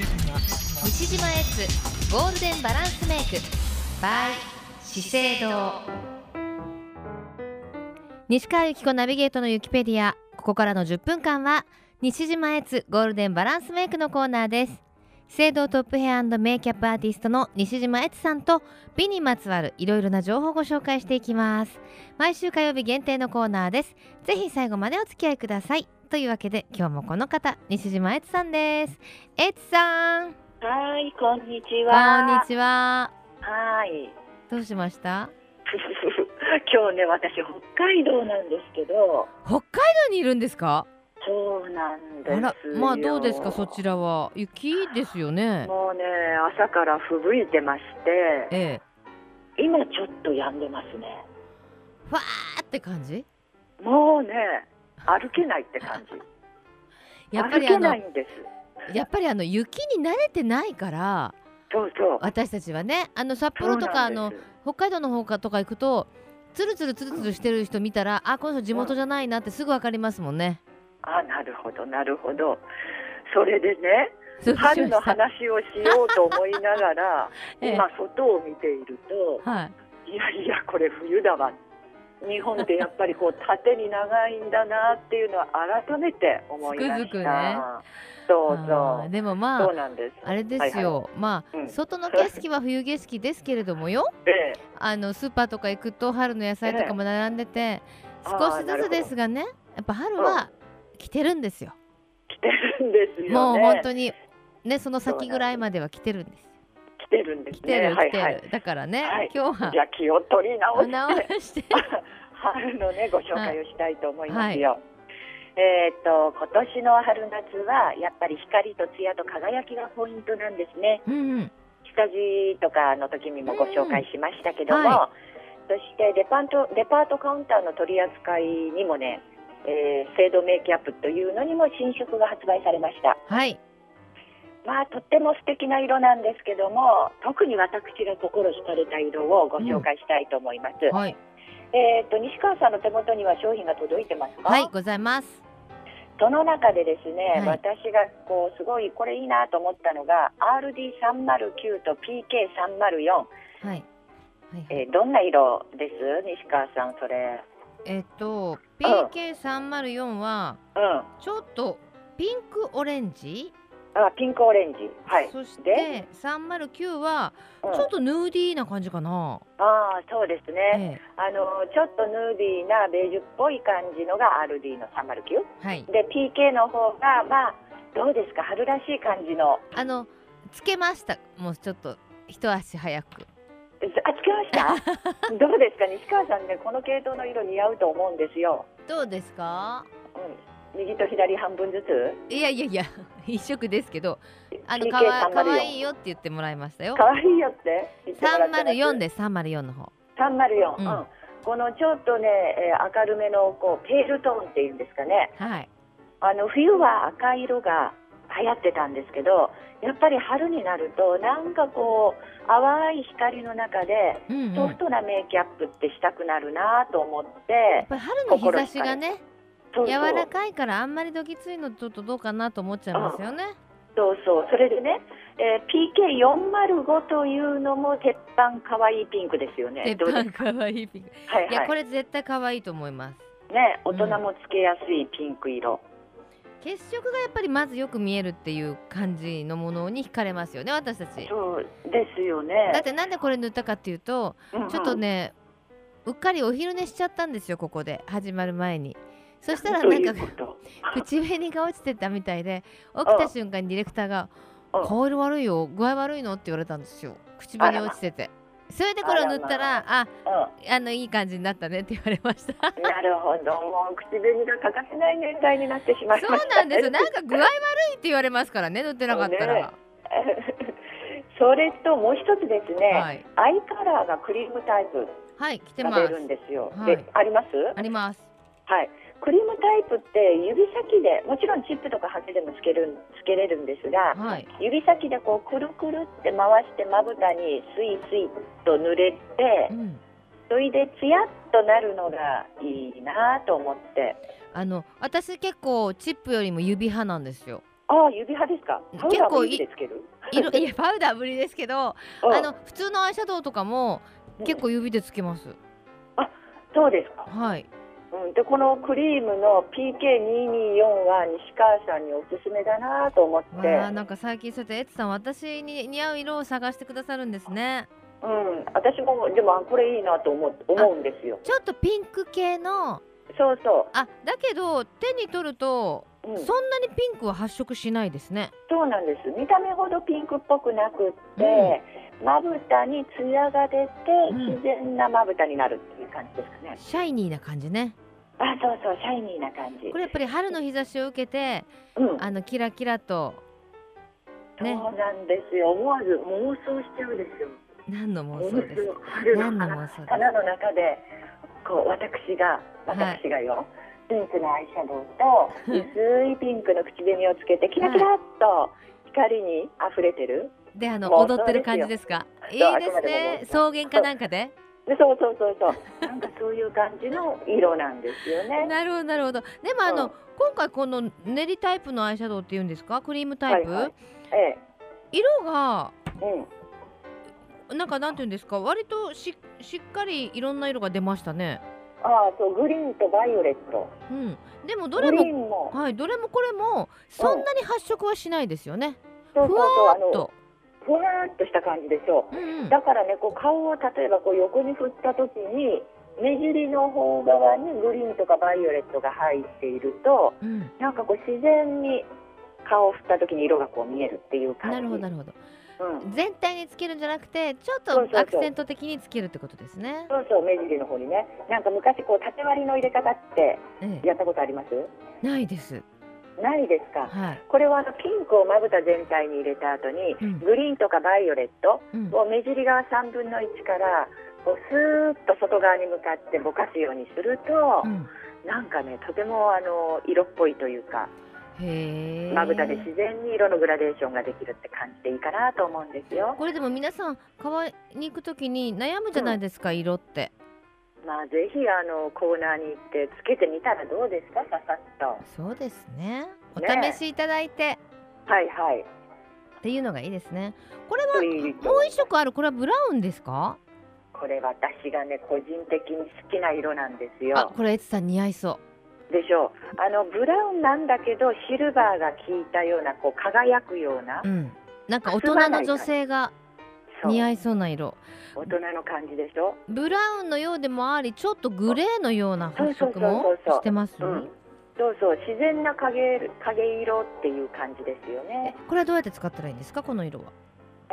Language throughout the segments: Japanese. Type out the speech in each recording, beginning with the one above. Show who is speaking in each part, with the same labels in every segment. Speaker 1: 西島エッツゴールデンバランスメイク by 資生堂西川由紀子ナビゲートのユキペディアここからの10分間は西島エッツゴールデンバランスメイクのコーナーです資生堂トップヘアメイキャップアーティストの西島エツさんと美にまつわるいろいろな情報をご紹介していきます毎週火曜日限定のコーナーですぜひ最後までお付き合いくださいというわけで今日もこの方西島エツさんですエツさん
Speaker 2: はい、こんにち
Speaker 1: こん
Speaker 2: は。
Speaker 1: にちは
Speaker 2: はい。
Speaker 1: どうしました
Speaker 2: 今日ね、私北海道なんですけど。
Speaker 1: 北海道にいるんですか
Speaker 2: そうなんです
Speaker 1: あ
Speaker 2: よ。
Speaker 1: らまあどうですかそちらは雪ですよね
Speaker 2: もうね、朝から吹雪いてまして、
Speaker 1: ええ
Speaker 2: 今ちょっと止んでますね。
Speaker 1: わーって感じ
Speaker 2: もうね、歩けないって感じ。
Speaker 1: やっぱ
Speaker 2: 歩
Speaker 1: り
Speaker 2: け
Speaker 1: あ
Speaker 2: な
Speaker 1: の
Speaker 2: いんです。
Speaker 1: やっぱりあの雪に慣れてないから
Speaker 2: そうそう。
Speaker 1: 私たちはねあの札
Speaker 2: そ
Speaker 1: 幌
Speaker 2: うなんで
Speaker 1: と
Speaker 2: す
Speaker 1: かあの北海道の方かとか行くとつるつるつるつるしてる人見たら、あこの人地元じゃないなってすぐわかりますもんね。
Speaker 2: あ、なるほど、なるほど。それでね、
Speaker 1: そうしま
Speaker 2: 春
Speaker 1: し
Speaker 2: の
Speaker 1: た
Speaker 2: 話をしようと思いながら、
Speaker 1: ええ
Speaker 2: 今外を見ていると、
Speaker 1: はい、
Speaker 2: いやいやこれ冬だわ日本ってやっぱりこう縦に長いんだなっていうのは改めて思いました
Speaker 1: つくづくね
Speaker 2: そう
Speaker 1: あ
Speaker 2: そ
Speaker 1: ー
Speaker 2: う
Speaker 1: でもま
Speaker 2: そう
Speaker 1: あ
Speaker 2: なんです
Speaker 1: あれですよ、まあ、
Speaker 2: うん
Speaker 1: 外の景色は冬景色ですけれどもよ
Speaker 2: はいはいえ
Speaker 1: あのスーパーとか行くと春の野菜とかも並んでて、
Speaker 2: あー
Speaker 1: 少しずつですがねやっぱ春は来てるんですよ。
Speaker 2: え来てるんですよね
Speaker 1: もう本当にねその先ぐらいまでは来てるんです。
Speaker 2: 来てるんです
Speaker 1: 来て
Speaker 2: ね
Speaker 1: る来てる、
Speaker 2: はいはい
Speaker 1: だからね、
Speaker 2: はい
Speaker 1: 今日は
Speaker 2: じゃあ気を取り直して
Speaker 1: 直して
Speaker 2: 春のねご紹介をしたいと思いますよ、えーっと今年の春夏はやっぱり光と艶と輝きがポイントなんですね
Speaker 1: うんうん
Speaker 2: 下地とかの時にもご紹介しましたけども、
Speaker 1: うんは
Speaker 2: そしてデパートデパートカウンターの取り扱いにもね、えー、精度メイキャップというのにも新色が発売されました
Speaker 1: はい
Speaker 2: まあとっても素敵な色なんですけども特に私が心惹かれた色をご紹介したいと思います、
Speaker 1: はい
Speaker 2: えー、と西川さんの手元には商品が届いてますか、
Speaker 1: はいございます。
Speaker 2: その中でですね、
Speaker 1: はい
Speaker 2: 私がこうすごいこれいいなと思ったのが RD309 と PK304
Speaker 1: はい。はいはい、
Speaker 2: えーどんな色です西川さんそれ
Speaker 1: えっと
Speaker 2: うん
Speaker 1: PK304 は
Speaker 2: うん
Speaker 1: ちょっとピンクオレンジ、
Speaker 2: あピンクオレンジはい、
Speaker 1: そし
Speaker 2: で
Speaker 1: て309は
Speaker 2: うん
Speaker 1: ちょっとヌーディーな感じかな。
Speaker 2: ああそうですね、
Speaker 1: え
Speaker 2: あのちょっとヌーディーなベージュっぽい感じのが RD の309
Speaker 1: えはい。
Speaker 2: で PK の方がまあどうですか春らしい感じの
Speaker 1: あのつけました。もうちょっと一足早く。
Speaker 2: あつけました どうですか西川さんねこの系統の色似合うと思うんですよ、
Speaker 1: どうですか？
Speaker 2: うん、右と左半分ずつ
Speaker 1: いやいやいや 一色ですけど、あの
Speaker 2: PK
Speaker 1: かわ
Speaker 2: 304
Speaker 1: かわいいよって言ってもらいましたよ
Speaker 2: か。わいいよって言ってもらってます
Speaker 1: 304です304の方。
Speaker 2: 304、
Speaker 1: うん
Speaker 2: うんこのちょっとね、えー明るめのこうペールトーンっていうんですかね
Speaker 1: はい。
Speaker 2: あの冬は赤色が流行ってたんですけどやっぱり春になるとなんかこう淡い光の中で
Speaker 1: うんうん。
Speaker 2: ソフ
Speaker 1: や
Speaker 2: トなメイキャップってしたくなるなと思っ、
Speaker 1: ってぱり春の日差しがね。
Speaker 2: そうそう
Speaker 1: 柔らかいからあんまりどぎついのちょっとどうかなと思っちゃいますよね。
Speaker 2: そうそうそれでね、えー PK405 というのも鉄板可愛いピンクですよね
Speaker 1: 鉄
Speaker 2: どうで
Speaker 1: 板
Speaker 2: す
Speaker 1: 可愛いピンク。
Speaker 2: はい
Speaker 1: いやこ
Speaker 2: はい
Speaker 1: れ絶対可愛いと思います。
Speaker 2: ね大人もつけやすいピンク色、
Speaker 1: 血色がやっぱりまずよく見えるっていう感じのものに惹かれますよね私たち。
Speaker 2: そうですよね
Speaker 1: だってなんでこれ塗ったかっていうと
Speaker 2: うんうん
Speaker 1: ちょっとねうっかりお昼寝しちゃったんですよここで始まる前に。そしたらなん
Speaker 2: どう
Speaker 1: か
Speaker 2: いうこと
Speaker 1: 口紅が落ちてたみたいで起きた瞬間にディレクターが「
Speaker 2: うん
Speaker 1: 顔色悪いよ具合悪いの?」って言われたんですよ口紅落ちてて。それでこれを塗ったら「ああのいい感じになったね」って言われました。
Speaker 2: うん、なるほどもう口紅が欠かせない年代に なってしまいまし
Speaker 1: そ
Speaker 2: た
Speaker 1: うなんですよ。なんか具合悪いって言われますからね、塗ってなかったら。
Speaker 2: それともう一つです
Speaker 1: は
Speaker 2: ね、
Speaker 1: い。
Speaker 2: アイカラーがクリームタイプ
Speaker 1: はい、来て
Speaker 2: が
Speaker 1: ま
Speaker 2: 出
Speaker 1: す。
Speaker 2: るんですよ、
Speaker 1: はい
Speaker 2: であります
Speaker 1: あります。
Speaker 2: はいクリームタイプって指先でもちろんチップとかハケでもつけるつけれるんですが、
Speaker 1: はい。
Speaker 2: 指先でこうくるくるって回してまぶたにスイスイと濡れて
Speaker 1: うん。
Speaker 2: それでツヤっとなるのがいいなと思って
Speaker 1: あの私結構チップよりも指派なんですよ。
Speaker 2: ああ指派ですかパウ
Speaker 1: 結
Speaker 2: ダー
Speaker 1: 構
Speaker 2: も
Speaker 1: い
Speaker 2: 指でつける
Speaker 1: 色いやパウダー無理ですけど、あの普通のアイシャドウとかも結構指でつけます。
Speaker 2: あ、そうですか。
Speaker 1: はい。
Speaker 2: うん、でこのクリームの PK224 は西川さんにおすすめだなと思って、
Speaker 1: わあなんか最近そうやってエツさん私に似合う色を探してくださるんですね。
Speaker 2: うん、私もでもあこれいいなと思う思うんですよ。
Speaker 1: ちょっとピンク系の
Speaker 2: そうそ
Speaker 1: あだけど手に取ると、
Speaker 2: う、うん、
Speaker 1: そんなにピンクは発色しないですね。
Speaker 2: そうなんです見た目ほどピンクっぽくなくって、まぶたにツヤが出て
Speaker 1: うん
Speaker 2: 自然なまぶたになるっていう感じですかね、
Speaker 1: シャイニーな感じね。
Speaker 2: あそうそうシャイニーな感じ
Speaker 1: これやっぱり春の日差しを受けて
Speaker 2: うん、
Speaker 1: あのキラキラとね
Speaker 2: そうなんですよ思わず妄想しちゃうですよ
Speaker 1: 何の妄
Speaker 2: 妄
Speaker 1: 想です。
Speaker 2: 想春
Speaker 1: 何
Speaker 2: の
Speaker 1: の
Speaker 2: 花
Speaker 1: 妄想で
Speaker 2: 花の中でこう私が
Speaker 1: はい
Speaker 2: 私がよ、ピンクのアイシャドウと薄いピンクの口紅をつけてキラキラっと光に溢れてる、
Speaker 1: す。であの
Speaker 2: 妄想
Speaker 1: 踊ってる感じですか。いいですね。草原かなんかで。
Speaker 2: でそうそうそう そうなんかそういう感じの色なんですよね
Speaker 1: なるほどなるほど。でもあの、
Speaker 2: うん
Speaker 1: 今回この練りタイプのアイシャドウっていうんですかクリームタイプ、
Speaker 2: はいはいえ
Speaker 1: 色が
Speaker 2: えうん
Speaker 1: なんかなんていうんですか割とししっかりいろんな色が出ましたね。
Speaker 2: ああそうグリーンとバイオレット
Speaker 1: うん。でもどれ
Speaker 2: グリー
Speaker 1: も
Speaker 2: ンも
Speaker 1: はいどれもこれもそんなに発色はしないですよね。
Speaker 2: そうそう
Speaker 1: ふわ
Speaker 2: そうあ
Speaker 1: ーっ
Speaker 2: の
Speaker 1: と。
Speaker 2: ふわーっとした感じでしょ
Speaker 1: うん うん。
Speaker 2: だからねこう顔を例えばこう横に振った時に目尻の方側にグリーンとかバイオレットが入っていると
Speaker 1: うん。
Speaker 2: なんかこう自然に顔を振った時に色がこう見えるっていう感じ
Speaker 1: なるほどなるほど。
Speaker 2: うん、
Speaker 1: 全体につけるんじゃなくてちょっ
Speaker 2: そうそう
Speaker 1: と
Speaker 2: そう
Speaker 1: アクセント的につけるってことですね。
Speaker 2: そうそう目尻の方にねなんか昔こう縦割りの入れ方って
Speaker 1: え
Speaker 2: やったことあります
Speaker 1: え、ないです。
Speaker 2: ないですか
Speaker 1: はい。
Speaker 2: これはあのピンクをまぶた全体に入れた後に
Speaker 1: うん
Speaker 2: グリーンとかバイオレット
Speaker 1: うん。
Speaker 2: を目尻側3分の1からこうスーッと外側に向かってぼかすようにすると、
Speaker 1: うん、
Speaker 2: なんかねとてもあの色っぽいというか
Speaker 1: へえ。
Speaker 2: まぶたで自然に色のグラデーションができるって感じでいいかなと思うんですよ。
Speaker 1: これでも皆さん買いに行くときに悩むじゃないですか、色って
Speaker 2: まあぜひあのコーナーに行ってつけてみたらどうですかささっと。
Speaker 1: そうですねお
Speaker 2: ね
Speaker 1: 試しいただいて
Speaker 2: はいはい。
Speaker 1: っていうのがいいですねこれ
Speaker 2: いい
Speaker 1: は
Speaker 2: と
Speaker 1: も
Speaker 2: 思
Speaker 1: う
Speaker 2: います
Speaker 1: 一色あるこれはブラウンですか
Speaker 2: これ私がね個人的に好きな色なんです
Speaker 1: あ
Speaker 2: よ。
Speaker 1: これエツさん似合いそ
Speaker 2: でしょう。あのブラウンなんだけどシルバーが効いたようなこう輝くような
Speaker 1: ううんなんか大
Speaker 2: くす
Speaker 1: 人
Speaker 2: ばな
Speaker 1: の
Speaker 2: い感
Speaker 1: 女
Speaker 2: じ
Speaker 1: 性が
Speaker 2: そう
Speaker 1: 似合いそうな色
Speaker 2: 大人の感じでしょ。
Speaker 1: ブラウンのようでもありちょっとグレーのような発色も
Speaker 2: そうそうそうそう
Speaker 1: してます、
Speaker 2: うん。そうそう自然な影影色っていう感じですよね
Speaker 1: え。これはどうやって使ったらいいんですかこの色は、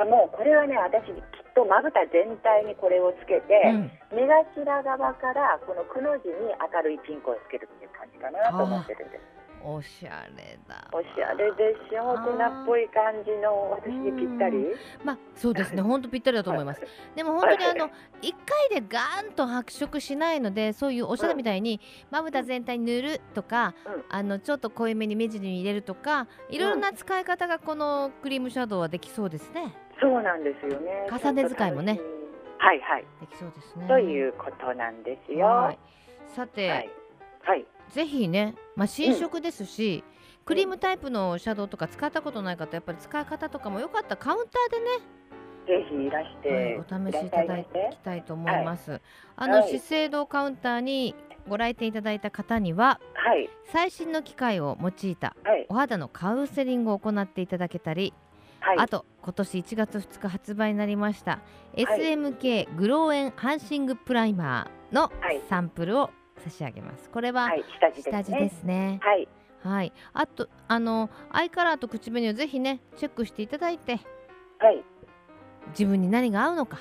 Speaker 2: あもうこれはね私きっとまぶた全体にこれをつけて、
Speaker 1: うん
Speaker 2: 目頭側からこのくの字に明るいピンクをつけるっていう感じかなと思ってるんです
Speaker 1: おしゃれだ
Speaker 2: おしゃれでしょ
Speaker 1: あー
Speaker 2: 大人っぽい感じの私にぴったり
Speaker 1: まあそうですね本当ぴったりだと思います
Speaker 2: はい
Speaker 1: でも本当に
Speaker 2: は
Speaker 1: あ
Speaker 2: い
Speaker 1: の1回でガーンと発色しないのでそういうおっしゃるみたいにまぶた全体に塗るとか、
Speaker 2: うん
Speaker 1: あのちょっと濃いめに目尻に入れるとかいろんな使い方がこのクリームシャドウはできそうですね。
Speaker 2: そうなんですよね
Speaker 1: 重ね使いもね
Speaker 2: ちょっと楽しみはいはい、
Speaker 1: できそうですね。
Speaker 2: ということなんですよ
Speaker 1: は
Speaker 2: はいい
Speaker 1: さて、
Speaker 2: はい
Speaker 1: ぜひね、まあ、新色ですし、クリームタイプのシャドウとか使ったことない方やっぱり使い方とかもよかったらカウンターでね
Speaker 2: ぜひいらし
Speaker 1: はい、
Speaker 2: て
Speaker 1: お
Speaker 2: く
Speaker 1: 試
Speaker 2: だ
Speaker 1: しい
Speaker 2: さ
Speaker 1: た
Speaker 2: いま
Speaker 1: だき
Speaker 2: せ
Speaker 1: たいと思います。あの、
Speaker 2: はい
Speaker 1: 資生堂カウンターにご来店いただいた方には
Speaker 2: はい
Speaker 1: 最新の機械を用いた
Speaker 2: はい
Speaker 1: お肌のカウンセリングを行っていただけたり、
Speaker 2: はい
Speaker 1: あと今年1月2日発売になりました、
Speaker 2: い
Speaker 1: SMK グローエンハンシングプライマーの
Speaker 2: はい
Speaker 1: サンプルを差し上げます。これは
Speaker 2: はい下地です
Speaker 1: 下地
Speaker 2: ね
Speaker 1: ですね。
Speaker 2: はい
Speaker 1: はい、あとあのアイカラーと口紅をぜひねチェックしていただいて
Speaker 2: はい
Speaker 1: 自分に何が合うのか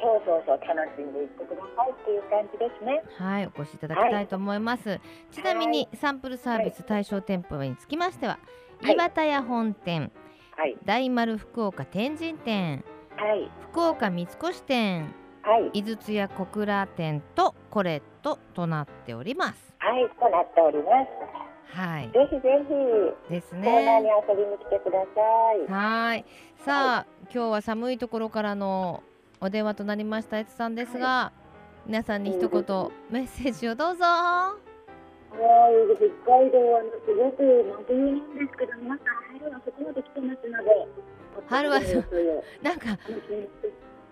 Speaker 2: そうそうそう楽しんでいってくださいっていう感じですね。
Speaker 1: はい、お越しいただきたいと思います。ちなみにサンプルサービス対象店舗につきましては、
Speaker 2: はい
Speaker 1: 岩田屋本店、
Speaker 2: はい
Speaker 1: 大丸福岡天神店、
Speaker 2: はい
Speaker 1: 福岡三越店、
Speaker 2: はい
Speaker 1: 井筒屋小倉店とコレットとなっております。
Speaker 2: はいとなっております。
Speaker 1: はい、
Speaker 2: ぜひぜひ
Speaker 1: です
Speaker 2: コーナーに
Speaker 1: ね。
Speaker 2: 遊びに来てください。
Speaker 1: はい、さあ、今日は寒いところからのお電話となりましたエツさんですが、皆さんに一言メッセージをどうぞ。
Speaker 2: はい北海道はすごく真冬なんですけど皆さん入るのそこまで来てますのでと
Speaker 1: 春はそうなんか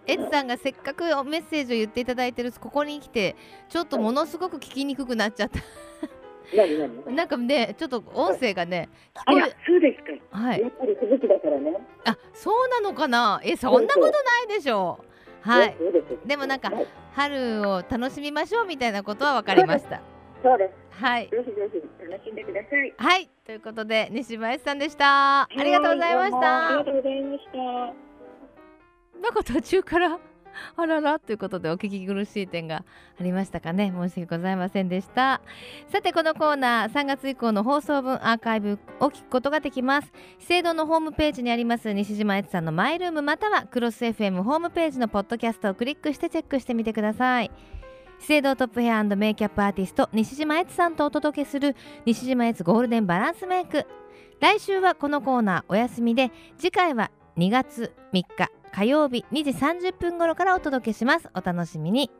Speaker 1: エツさんがせっかくメッセージを言っていただいてるここに来てちょっとものすごく聞きにくくなっちゃった
Speaker 2: 何何
Speaker 1: なんかねちょっと音声がね
Speaker 2: あらそうですか
Speaker 1: はい
Speaker 2: やっぱり吹雪だからね
Speaker 1: あそうなのかなえそんなことないでしょうはい
Speaker 2: そうです
Speaker 1: でもなんか
Speaker 2: はい
Speaker 1: 春を楽しみましょうみたいなことは分かりました
Speaker 2: そうです
Speaker 1: はい
Speaker 2: ぜひぜひ楽しんでください
Speaker 1: はいということで西林さんでしたありがとうございました
Speaker 2: はどうもありがとうございました
Speaker 1: なんか途中からあららということでお聞き苦しい点がありましたかね申し訳ございませんでしたさてこのコーナー3月以降の放送分アーカイブを聞くことができます資生堂のホームページにあります西島悦さんのマイルームまたはクロス FM ホームページのポッドキャストをクリックしてチェックしてみてください資生堂トップヘアメイキャップアーティスト西島悦さんとお届けする西島悦ゴールデンバランスメイク来週はこのコーナーお休みで次回は2月3日火曜日2時30分頃からお届けしますお楽しみに